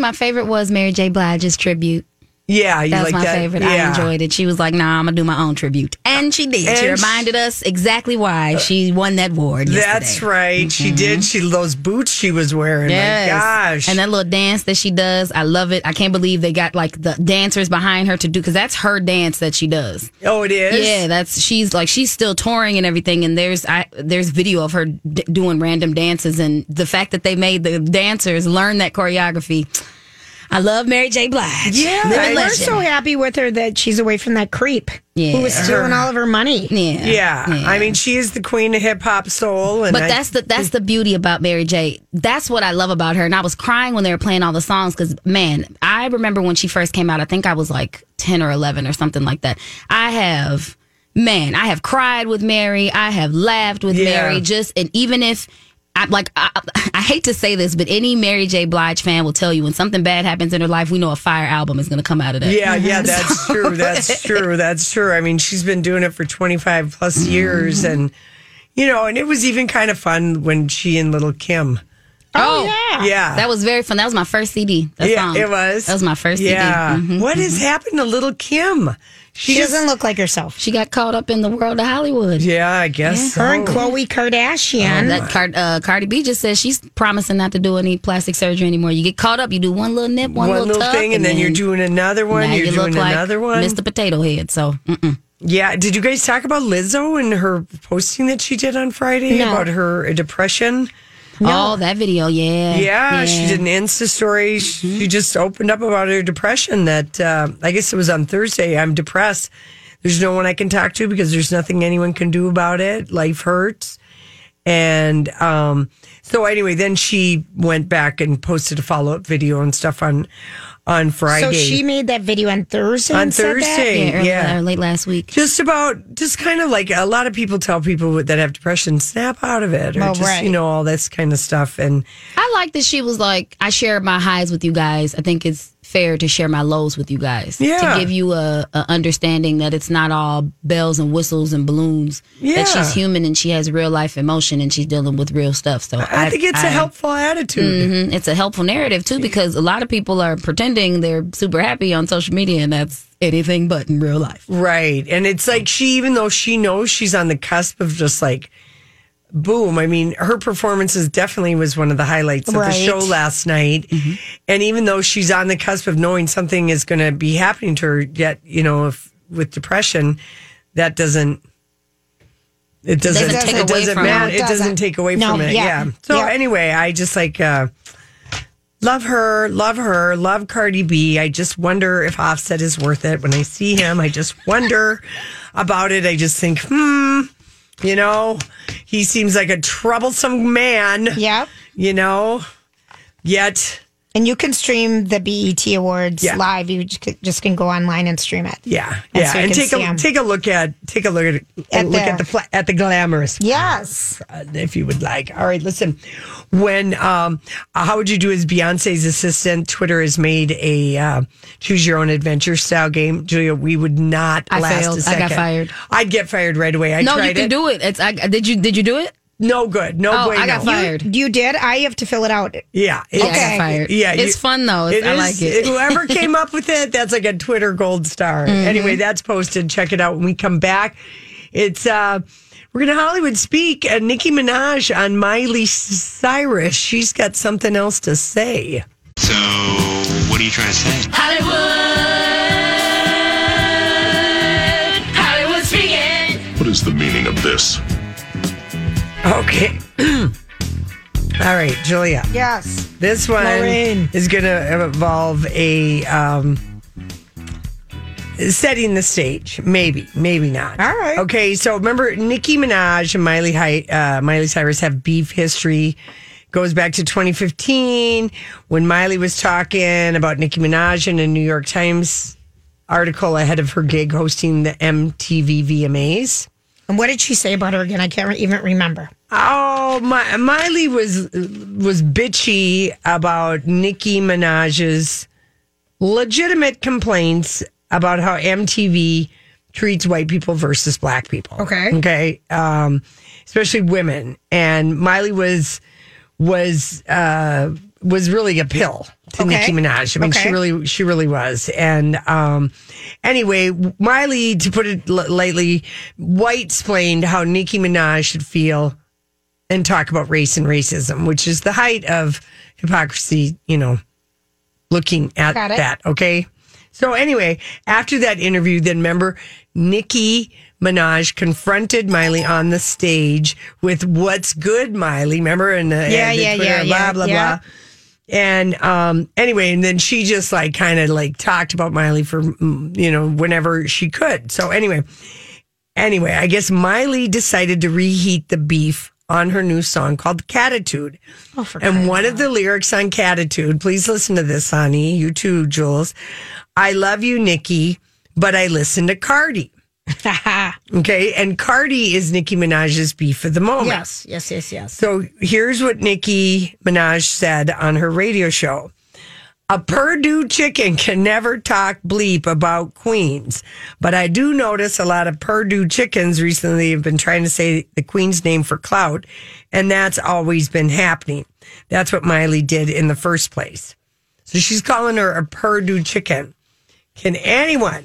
Speaker 5: My favorite was Mary J. Blige's tribute.
Speaker 1: Yeah, you
Speaker 5: That's
Speaker 1: like
Speaker 5: my
Speaker 1: that?
Speaker 5: favorite. I
Speaker 1: Yeah.
Speaker 5: enjoyed it. She was like, "Nah, I'm gonna do my own tribute," and she did. she
Speaker 1: And Uh,
Speaker 5: reminded us exactly why she won that award.
Speaker 1: That's
Speaker 5: yesterday. Mm-hmm.
Speaker 1: right. She did. She those boots she was wearing.
Speaker 5: Yes.
Speaker 1: My gosh.
Speaker 5: And that little dance that she does, I love it. I can't believe they got like the dancers behind her to do because that's her dance that she does.
Speaker 1: oh, it is.
Speaker 5: Yeah, that's she's like she's still touring and everything, and there's I there's video of her d- doing random dances, and the fact that they made the dancers learn that choreography. I love Mary J. Blige.
Speaker 1: Yeah,
Speaker 5: Living
Speaker 1: I-
Speaker 2: We're
Speaker 5: legend.
Speaker 2: so happy with her that she's away from that creep
Speaker 5: Yeah.
Speaker 2: who was stealing all of her money.
Speaker 5: yeah.
Speaker 1: Yeah. I mean, she is the queen of hip hop soul. And
Speaker 5: But
Speaker 1: I-
Speaker 5: that's the that's the beauty about Mary J. That's what I love about her. And I was crying when they were playing all the songs because man, I remember when she first came out. I think I was like ten or eleven or something like that. I have man, I have cried with Mary. I have laughed with
Speaker 1: Yeah.
Speaker 5: Mary. Just and even if. I, like I, I hate to say this, but any Mary J. Blige fan will tell you when something bad happens in her life, we know a fire album is going to come out of that. Mm-hmm.
Speaker 1: Yeah, yeah, that's true. That's true. That's true. I mean, she's been doing it for 25 plus
Speaker 5: Mm.
Speaker 1: years and you know, and it was even kind of fun when she and little Kim.
Speaker 5: Oh,
Speaker 2: yeah.
Speaker 1: Yeah.
Speaker 5: that was very fun. That was my first CD. That
Speaker 1: yeah,
Speaker 5: song.
Speaker 1: it was.
Speaker 5: That was my first CD.
Speaker 1: Yeah.
Speaker 5: Mhm.
Speaker 1: What has happened to little Kim?
Speaker 2: She doesn't look like herself.
Speaker 5: She got caught up in the world of Hollywood.
Speaker 1: Yeah, I guess.
Speaker 2: Her
Speaker 1: so.
Speaker 2: and Khloe Kardashian.
Speaker 5: That Card- uh, Cardi B just says she's promising not to do any plastic surgery anymore. You get caught up, you do one little nip, one,
Speaker 1: one little
Speaker 5: tuck,
Speaker 1: thing, and then, you're doing another one.
Speaker 5: now
Speaker 1: You're
Speaker 5: you
Speaker 1: doing
Speaker 5: look like
Speaker 1: another one.
Speaker 5: Mr. Potato Head. So, mm, mm-mm.
Speaker 1: Yeah. Did you guys talk about Lizzo and her posting that she did on Friday
Speaker 2: No.
Speaker 1: about her uh, depression?
Speaker 5: oh, that video, yeah,
Speaker 1: Yeah, she did an Insta story.
Speaker 2: Mm-hmm.
Speaker 1: She just opened up about her depression that uh, I guess it was on Thursday. I'm depressed. There's no one I can talk to because there's nothing anyone can do about it. Life hurts. And um, so anyway, then she went back and posted a follow up video and stuff on on Friday.
Speaker 2: so she made that video on Thursday.
Speaker 1: on
Speaker 2: and said that?
Speaker 1: Thursday,
Speaker 5: yeah, early,
Speaker 1: yeah
Speaker 5: or late last week.
Speaker 1: just about just kind of like a lot of people tell people that have depression snap out of it or
Speaker 2: Oh,
Speaker 1: just
Speaker 2: right.
Speaker 1: you know all this kind of stuff and
Speaker 5: I like that she was like, I share my highs with you guys. I think it's fair to share my lows with you guys.
Speaker 1: Yeah.
Speaker 5: To give you a, a understanding that it's not all bells and whistles and balloons.
Speaker 1: Yeah.
Speaker 5: That she's human and she has real life emotion and she's dealing with real stuff. So
Speaker 1: i, think it's a
Speaker 5: a help.
Speaker 1: helpful attitude
Speaker 5: Mhm. It's a helpful narrative too because a lot of people are pretending they're super happy on social media and that's anything but in real life.
Speaker 1: right and it's like she even though she knows she's on the cusp of just like boom i mean her performances definitely was one of the highlights of the
Speaker 2: Right.
Speaker 1: show last night
Speaker 5: Mm-hmm.
Speaker 1: and even though she's on the cusp of knowing something is going to be happening to her yet you know if with depression that doesn't it doesn't,
Speaker 5: doesn't take
Speaker 1: it
Speaker 5: away
Speaker 1: doesn't
Speaker 5: from
Speaker 1: matter.
Speaker 5: it.
Speaker 1: It doesn't
Speaker 2: Doesn't.
Speaker 1: take away
Speaker 2: No,
Speaker 1: from it. Yeah.
Speaker 2: yeah.
Speaker 1: So
Speaker 2: Yeah.
Speaker 1: anyway, I just like uh, love her, love her, love Cardi B. I just wonder if Offset is worth it. When I see him, I just wonder about it. I just think, hmm, you know, he seems like a troublesome man.
Speaker 2: Yep.
Speaker 1: You know, yet
Speaker 2: And you can stream the BET Awards
Speaker 1: Yeah.
Speaker 2: live. You just can- just can go online and stream it.
Speaker 1: yeah,
Speaker 2: And
Speaker 1: yeah,
Speaker 2: so you
Speaker 1: and
Speaker 2: can
Speaker 1: take a
Speaker 2: see him.
Speaker 1: take a look at take a look at,
Speaker 2: At
Speaker 1: look at
Speaker 2: there.
Speaker 1: the fla- at the glamorous
Speaker 2: Yes.
Speaker 1: if you would like. All right, listen. When um, how would you do is Beyonce's assistant? Twitter has made a uh, choose your own adventure style game. Julia, we would not
Speaker 5: I
Speaker 1: last
Speaker 5: failed.
Speaker 1: a
Speaker 5: I got
Speaker 1: second.
Speaker 5: fired.
Speaker 1: I'd get fired right away. I
Speaker 5: no,
Speaker 1: tried
Speaker 5: you can
Speaker 1: it.
Speaker 5: do it. It's I, did you did you do it?
Speaker 1: No good. No
Speaker 5: Oh,
Speaker 1: way.
Speaker 5: I got
Speaker 1: no.
Speaker 5: fired.
Speaker 2: You did? I have to fill it out.
Speaker 1: Yeah.
Speaker 5: Yeah, I got
Speaker 2: Okay.
Speaker 5: fired.
Speaker 1: Yeah,
Speaker 5: it's
Speaker 1: you-
Speaker 5: fun though. It's- I like it.
Speaker 1: Whoever came up with it, that's like a Twitter gold star.
Speaker 5: Mm-hmm.
Speaker 1: Anyway, that's posted. Check it out when we come back. It's uh we're gonna Hollywood speak and Nicki Minaj on Miley Cyrus. She's got something else to say.
Speaker 9: So, what are you trying to say?
Speaker 7: Hollywood, Hollywood speaking.
Speaker 10: What is the meaning of this?
Speaker 1: Okay. All right, Julia.
Speaker 2: Yes.
Speaker 1: This one
Speaker 2: Lorraine.
Speaker 1: is going to involve a um, setting the stage. Maybe, maybe not.
Speaker 2: All right.
Speaker 1: Okay, so remember Nicki Minaj and Miley, Hy- uh, Miley Cyrus have beef history. Goes back to 2015 when Miley was talking about Nicki Minaj in a New York Times article ahead of her gig hosting the MTV VMAs.
Speaker 2: And what did she say about her again? I can't re- even remember.
Speaker 1: Oh, my, Miley was was bitchy about Nicki Minaj's legitimate complaints about how MTV treats white people versus black people.
Speaker 2: Okay.
Speaker 1: okay, um, especially women. And Miley was was uh, was really a pill to
Speaker 2: Okay.
Speaker 1: Nicki Minaj. I mean, she
Speaker 2: Okay.
Speaker 1: really she really was. And um, anyway, Miley, to put it l- lightly, white explained how Nicki Minaj should feel and talk about race and racism, which is the height of hypocrisy. You know, looking at
Speaker 2: Got it.
Speaker 1: that. Okay. So anyway, after that interview, then remember Nicki Minaj confronted Miley on the stage with "What's good, Miley?" Remember and the
Speaker 2: Yeah,
Speaker 1: and the
Speaker 2: yeah,
Speaker 1: Twitter,
Speaker 2: yeah,
Speaker 1: blah
Speaker 2: yeah,
Speaker 1: blah
Speaker 2: yeah.
Speaker 1: blah. And um, anyway, and then she just like kind of like talked about Miley for mm, you know whenever she could. So anyway, anyway, I guess Miley decided to reheat the beef on her new song called "Catitude."
Speaker 2: Oh, for
Speaker 1: And
Speaker 2: crying
Speaker 1: one of the lyrics on Catitude, please listen to this, honey. You too, Jules. I love you, Nikki, but I listen to Cardi.
Speaker 2: out
Speaker 1: Okay. And Cardi is Nicki Minaj's beef of the moment.
Speaker 2: yes, yes, yes, yes.
Speaker 1: So here's what Nicki Minaj said on her radio show. A Purdue chicken can never talk bleep about Queens, but I do notice a lot of Purdue chickens recently have been trying to say the Queen's name for clout, and that's always been happening. That's what Miley did in the first place. So she's calling her a Purdue chicken. Can anyone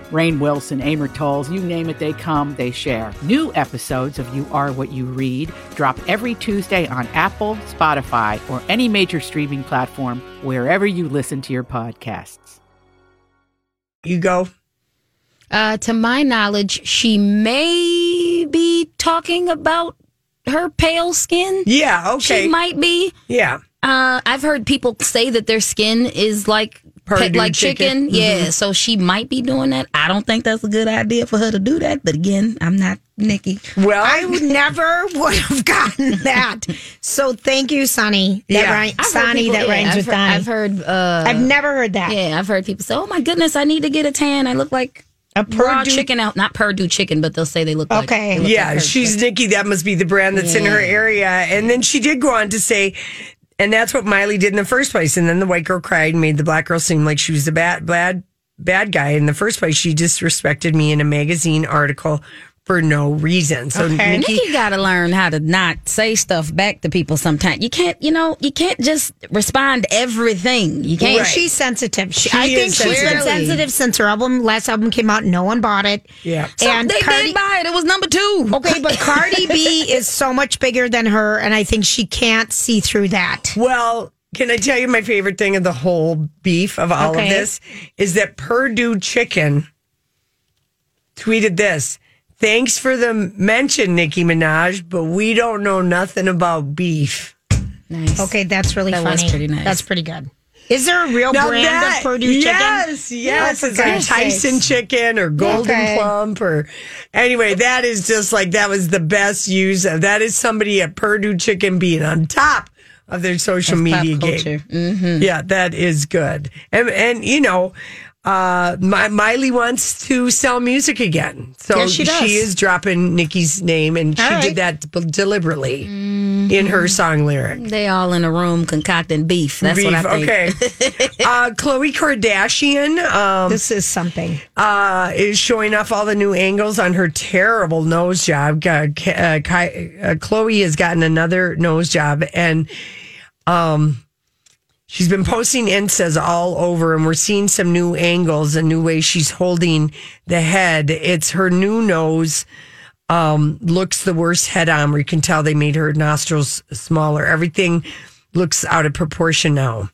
Speaker 11: Rain Wilson, Amor Tolls, you name it, they come, they share. New episodes of You Are What You Read drop every Tuesday on Apple, Spotify, or any major streaming platform wherever you listen to your podcasts.
Speaker 1: you go.
Speaker 5: Uh, to my knowledge, she may be talking about her pale skin.
Speaker 1: Yeah, okay.
Speaker 5: She might be.
Speaker 1: Yeah.
Speaker 5: Uh, I've heard people say that their skin is like pe-
Speaker 1: Purdue
Speaker 5: like
Speaker 1: chicken.
Speaker 5: chicken. Yeah,
Speaker 1: Mhm.
Speaker 5: so she might be doing that. I don't think that's a good idea for her to do that. But again, I'm not Nikki.
Speaker 1: Well,
Speaker 2: I would never would have gotten that. So thank you, Sonny. That
Speaker 5: Yeah.
Speaker 2: rhyme-
Speaker 5: I've heard
Speaker 2: Sonny,
Speaker 5: people-
Speaker 2: that
Speaker 5: yeah,
Speaker 2: rhymes
Speaker 5: I've
Speaker 2: with
Speaker 5: heard-
Speaker 2: Donnie.
Speaker 5: I've heard, uh,
Speaker 2: I've never heard that.
Speaker 5: Yeah, I've heard people say, "Oh my goodness, I need to get a tan. I look like
Speaker 2: a
Speaker 5: raw
Speaker 2: Purdue-
Speaker 5: chicken out, not Purdue chicken, but they'll say they look like
Speaker 2: Okay.
Speaker 5: they look
Speaker 1: Yeah,
Speaker 5: like her
Speaker 1: she's Nikki. That must be the brand that's in her area. And then she did go on to say, and that's what Miley did in the first place. And then the white girl cried and made the black girl seem like she was the bad, bad, bad guy in the first place. She disrespected me in a magazine article for no reason. So
Speaker 5: Okay.
Speaker 1: Nikki,
Speaker 5: Nikki got to learn how to not say stuff back to people sometimes. You can't, you know, you can't just respond to everything. You can't.
Speaker 2: Well, she's sensitive. She, I
Speaker 5: She
Speaker 2: think
Speaker 5: is
Speaker 2: she's been
Speaker 5: sensitive.
Speaker 2: sensitive since her album last album came out. No one bought it.
Speaker 1: yeah.
Speaker 5: So
Speaker 2: and
Speaker 5: they
Speaker 2: Cardi-
Speaker 5: did buy it. It was number two.
Speaker 2: Okay, but Cardi B is so much bigger than her, and I think she can't see through that.
Speaker 1: Well, can I tell you my favorite thing of the whole beef of all
Speaker 2: Okay.
Speaker 1: of this is that Purdue Chicken tweeted this. Thanks for the mention, Nicki Minaj, but we don't know nothing about beef.
Speaker 5: Nice.
Speaker 2: Okay, that's really
Speaker 5: That
Speaker 2: funny.
Speaker 5: was pretty nice.
Speaker 2: That's pretty good. Is there a real
Speaker 1: Now
Speaker 2: brand
Speaker 1: that-
Speaker 2: of Purdue
Speaker 1: yes,
Speaker 2: chicken?
Speaker 1: Yes,
Speaker 2: Oh, for
Speaker 1: It's like
Speaker 2: God's sakes.
Speaker 1: Tyson chicken or golden
Speaker 2: Okay.
Speaker 1: plump or anyway, that is just like that was the best use of that is somebody at Purdue Chicken being on top of their social media game.
Speaker 5: Mm-hmm.
Speaker 1: Yeah, that is good. And and you know, uh, My- Miley wants to sell music again. So
Speaker 2: Yes, she does.
Speaker 1: is dropping Nikki's name, and she
Speaker 5: All right.
Speaker 1: did that b- deliberately
Speaker 2: Mm-hmm.
Speaker 1: in her song lyric.
Speaker 5: They all in a room concocting beef. That's what I think.
Speaker 1: Okay. uh, Khloe Kardashian. Um,
Speaker 2: This is something.
Speaker 1: uh, is showing off all the new angles on her terrible nose job. Uh, K- uh, Ki- uh, Chloe has gotten another nose job, and um, she's been posting instas all over, and we're seeing some new angles, a new way she's holding the head. It's her new nose. Um, looks the worst head on where you can tell they made her nostrils smaller. Everything looks out of proportion now.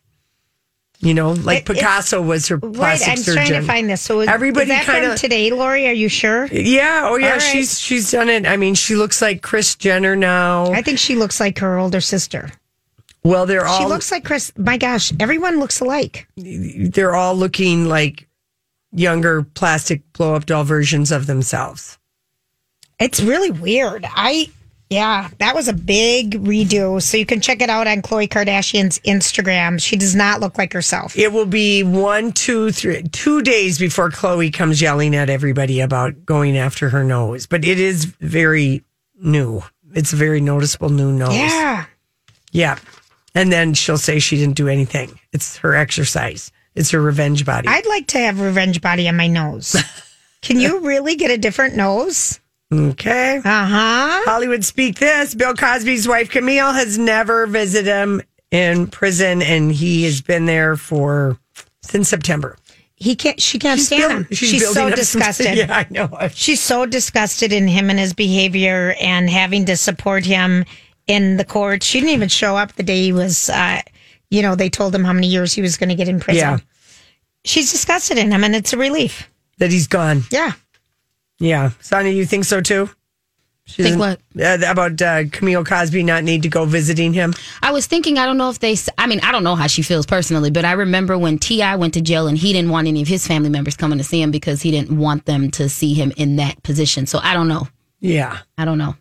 Speaker 1: You know, like
Speaker 2: It- it's-
Speaker 1: Picasso was her
Speaker 2: Right,
Speaker 1: plastic
Speaker 2: I'm
Speaker 1: surgeon.
Speaker 2: trying to find this. So is,
Speaker 1: Everybody
Speaker 2: is that
Speaker 1: kinda-
Speaker 2: from today, Lori? Are you sure?
Speaker 1: Yeah. Oh, yeah.
Speaker 2: All right.
Speaker 1: She's she's done it. I mean, she looks like Chris Jenner now.
Speaker 2: I think she looks like her older sister.
Speaker 1: well, they're all
Speaker 2: She looks like Chris. My gosh, everyone looks alike.
Speaker 1: they're all looking like younger plastic blow up doll versions of themselves.
Speaker 2: It's really weird. I yeah, that was a big redo. So you can check it out on Khloe Kardashian's Instagram. She does not look like herself.
Speaker 1: It will be one, two, three, two days before Chloe comes yelling at everybody about going after her nose. But it is very new. It's a very noticeable new nose.
Speaker 2: Yeah.
Speaker 1: Yeah. And then she'll say she didn't do anything. It's her exercise. It's her revenge body.
Speaker 2: I'd like to have revenge body on my nose. Can you really get a different nose?
Speaker 1: okay.
Speaker 2: Uh huh.
Speaker 1: Hollywood Speak This. Bill Cosby's wife Camille has never visited him in prison, and he has been there for since September.
Speaker 2: He can't. She can't stand
Speaker 1: build-
Speaker 2: him. She's,
Speaker 1: she's building
Speaker 2: so
Speaker 1: up some-
Speaker 2: disgusted.
Speaker 1: Yeah, I know.
Speaker 2: She's so disgusted in him and his behavior, and having to support him in the court. She didn't even show up the day he was. Uh, you know, they told him how many years he was going to get in prison.
Speaker 1: Yeah.
Speaker 2: She's disgusted in him, and it's a relief.
Speaker 1: That he's gone.
Speaker 2: Yeah.
Speaker 1: Yeah, Sonia, you think so too? She
Speaker 5: Think
Speaker 1: doesn't- Uh, about uh, Camille Cosby not need to go visiting him?
Speaker 5: I was thinking, I don't know if they, s- I mean, I don't know how she feels personally, but I remember when T.I. went to jail and he didn't want any of his family members coming to see him because he didn't want them to see him in that position. So I don't know.
Speaker 1: Yeah,
Speaker 5: I don't know.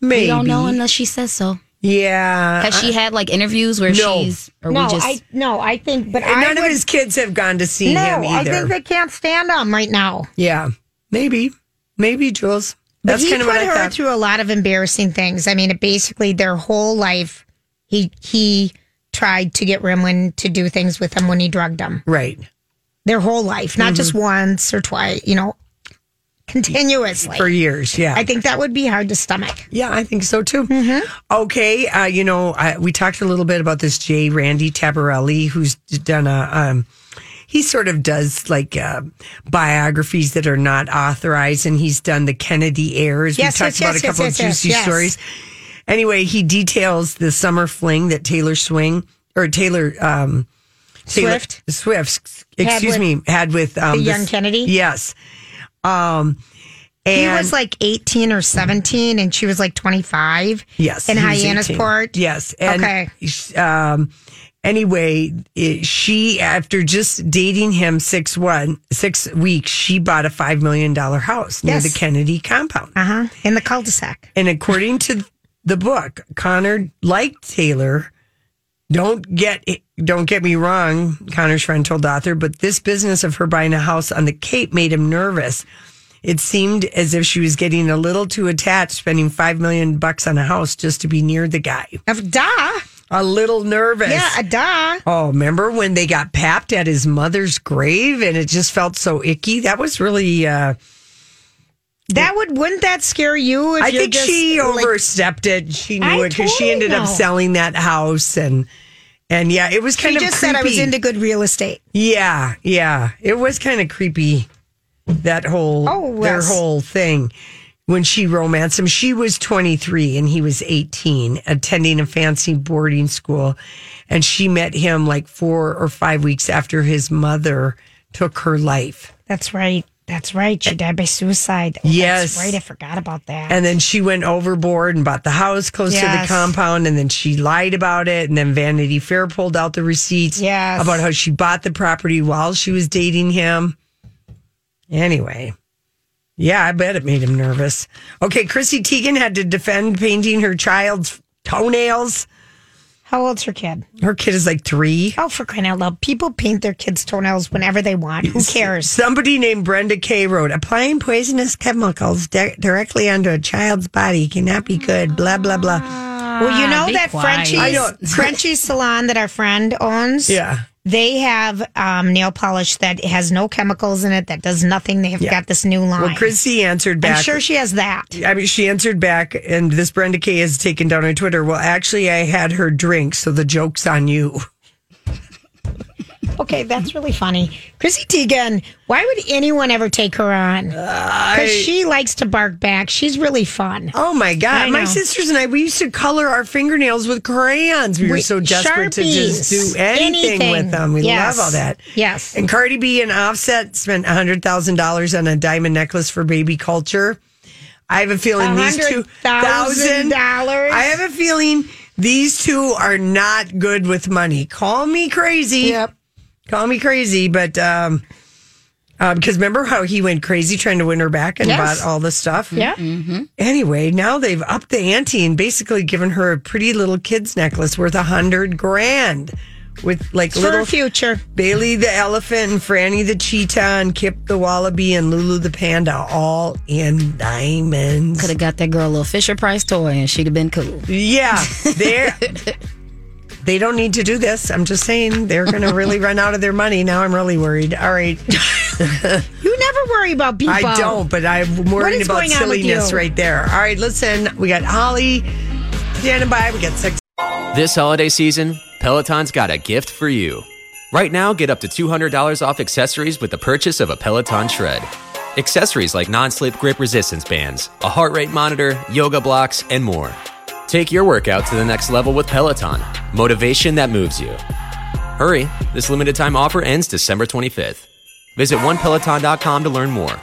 Speaker 1: maybe.
Speaker 5: We don't know unless she says so.
Speaker 1: yeah,
Speaker 5: Has she had like interviews where
Speaker 1: No.
Speaker 5: she's, or
Speaker 2: no,
Speaker 5: we just,
Speaker 2: I no, I think, but
Speaker 1: And
Speaker 2: I
Speaker 1: none
Speaker 2: would,
Speaker 1: of his kids have gone to see
Speaker 2: no,
Speaker 1: him
Speaker 2: I
Speaker 1: either.
Speaker 2: think they can't stand him right now.
Speaker 1: yeah, maybe, maybe Jules.
Speaker 2: But
Speaker 1: That's
Speaker 2: he
Speaker 1: kind of
Speaker 2: put
Speaker 1: what I
Speaker 2: her
Speaker 1: thought.
Speaker 2: through a lot of embarrassing things. I mean, it basically their whole life, he he tried to get Rimlin to do things with him when he drugged him.
Speaker 1: right.
Speaker 2: Their whole life, not just once or twice. You know, continuously.
Speaker 1: For years, yeah.
Speaker 2: I think that would be hard to stomach.
Speaker 1: Yeah, I think so too.
Speaker 2: Mm-hmm.
Speaker 1: Okay, uh, you know, I, we talked a little bit about this J. Randy Tabarelli, who's done a. Um, he sort of does like uh, biographies that are not authorized, and he's done the Kennedy heirs.
Speaker 2: Yes,
Speaker 1: we talked
Speaker 2: yes,
Speaker 1: about
Speaker 2: yes,
Speaker 1: a couple
Speaker 2: yes,
Speaker 1: of
Speaker 2: yes,
Speaker 1: juicy
Speaker 2: yes.
Speaker 1: stories. Anyway, he details the summer fling that Taylor Swing or Taylor. Um, Taylor-
Speaker 2: Swift?
Speaker 1: Swift, excuse
Speaker 2: with-
Speaker 1: me, had with um,
Speaker 2: The young
Speaker 1: this-
Speaker 2: Kennedy?
Speaker 1: Yes. Um, and
Speaker 2: he was like eighteen or seventeen, and she was like twenty five.
Speaker 1: Yes.
Speaker 2: in
Speaker 1: he was 18.
Speaker 2: Hyannisport.
Speaker 1: Yes. And,
Speaker 2: Okay.
Speaker 1: Um, anyway, it, she, after just dating him six, one, six weeks, she bought a $5 million house near
Speaker 2: Yes.
Speaker 1: the Kennedy compound.
Speaker 2: Uh huh. In the cul-de-sac.
Speaker 1: And according to the book, Connor liked Taylor. Don't get don't get me wrong, Connor's friend told the author, but this business of her buying a house on the Cape made him nervous. It seemed as if she was getting a little too attached, spending five million bucks on a house just to be near the guy.
Speaker 2: Of da.
Speaker 1: A little nervous.
Speaker 2: Yeah, a da.
Speaker 1: Oh, remember when they got papped at his mother's grave and it just felt so icky? That was really uh
Speaker 2: That would wouldn't that scare you? If
Speaker 1: I
Speaker 2: you're
Speaker 1: think
Speaker 2: just,
Speaker 1: she
Speaker 2: like,
Speaker 1: overstepped it. She knew
Speaker 2: I
Speaker 1: it because
Speaker 2: totally
Speaker 1: she ended up
Speaker 2: know.
Speaker 1: selling that house and and yeah, it was kind
Speaker 2: She
Speaker 1: of
Speaker 2: just
Speaker 1: creepy.
Speaker 2: said I was into good real estate.
Speaker 1: yeah, yeah, it was kind of creepy. That whole
Speaker 2: Oh,
Speaker 1: their
Speaker 2: yes.
Speaker 1: whole thing when she romanced him. She was twenty three and he was eighteen, attending a fancy boarding school, and she met him like four or five weeks after his mother took her life.
Speaker 2: That's right. That's right. She died by suicide. Oh,
Speaker 1: Yes.
Speaker 2: That's right. I forgot about that.
Speaker 1: And then she went overboard and bought the house close to the
Speaker 2: Yes.
Speaker 1: compound. And then she lied about it. And then Vanity Fair pulled out the receipts
Speaker 2: Yes.
Speaker 1: about how she bought the property while she was dating him. Anyway, yeah, I bet it made him nervous. Okay, Chrissy Teigen had to defend painting her child's toenails.
Speaker 2: How old's her kid?
Speaker 1: Her kid is like three.
Speaker 2: Oh, for crying out loud. People paint their kids' toenails whenever they want. Who cares?
Speaker 1: Somebody named Brenda K wrote, applying poisonous chemicals di- directly onto a child's body cannot be good, blah, blah, blah.
Speaker 2: Well, you know
Speaker 5: Ah, be
Speaker 2: that
Speaker 5: quiet. I don't-
Speaker 2: Frenchie's, Frenchie's salon that our friend owns?
Speaker 1: Yeah.
Speaker 2: They have um, nail polish that has no chemicals in it, that does nothing. They have got this new line.
Speaker 1: Well, Chrissy answered back.
Speaker 2: I'm sure she has that.
Speaker 1: I mean, she answered back, and this Brenda K has taken down her Twitter. Well, actually, I had her drink, so the joke's on you.
Speaker 2: Okay, that's really funny. Chrissy Teigen, why would anyone ever take her on? Because she likes to bark back. She's really fun.
Speaker 1: Oh my
Speaker 2: I
Speaker 1: god!
Speaker 2: know.
Speaker 1: My sisters and I we used to color our fingernails with crayons. We were
Speaker 2: We-
Speaker 1: so desperate to just
Speaker 2: Sharpies,
Speaker 1: do anything,
Speaker 2: anything.
Speaker 1: with them. We
Speaker 2: Yes.
Speaker 1: love all that.
Speaker 2: Yes.
Speaker 1: And Cardi B and Offset spent hundred thousand dollars on a diamond necklace for baby culture. I have a feeling these two
Speaker 2: $100,000?
Speaker 1: I have a feeling these two are not good with money. Call me crazy. Yep. Call me crazy, but um, uh, because remember how he went crazy trying to win her back and
Speaker 2: Yes.
Speaker 1: bought all the stuff.
Speaker 2: Yeah.
Speaker 1: Anyway, now they've upped the ante and basically given her a pretty little kid's necklace worth a hundred grand, with like
Speaker 2: For her
Speaker 1: little
Speaker 2: future.
Speaker 1: Bailey the elephant and Franny the cheetah and Kip the wallaby and Lulu the panda all in diamonds.
Speaker 5: Could have got that girl a little Fisher Price toy and she'd have been cool.
Speaker 1: Yeah, they're they don't need to do this. I'm just saying they're going to really run out of their money. Now I'm really worried. All right,
Speaker 2: You never worry about people.
Speaker 1: I don't, but I'm worried
Speaker 2: is
Speaker 1: about
Speaker 2: going on with
Speaker 1: silliness
Speaker 2: you?
Speaker 1: right there. All right, listen, we got Holly standing by. We got six.
Speaker 9: This holiday season, Peloton's got a gift for you. Right now, get up to $200 off accessories with the purchase of a Peloton Shred. Accessories like non slip grip resistance bands, a heart rate monitor, yoga blocks, and more. Take your workout to the next level with Peloton, motivation that moves you. Hurry, this limited time offer ends December 25th. Visit onepeloton.com to learn more.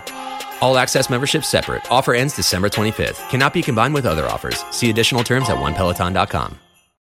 Speaker 9: All access membership separate. Offer ends December 25th. Cannot be combined with other offers. See additional terms at onepeloton.com.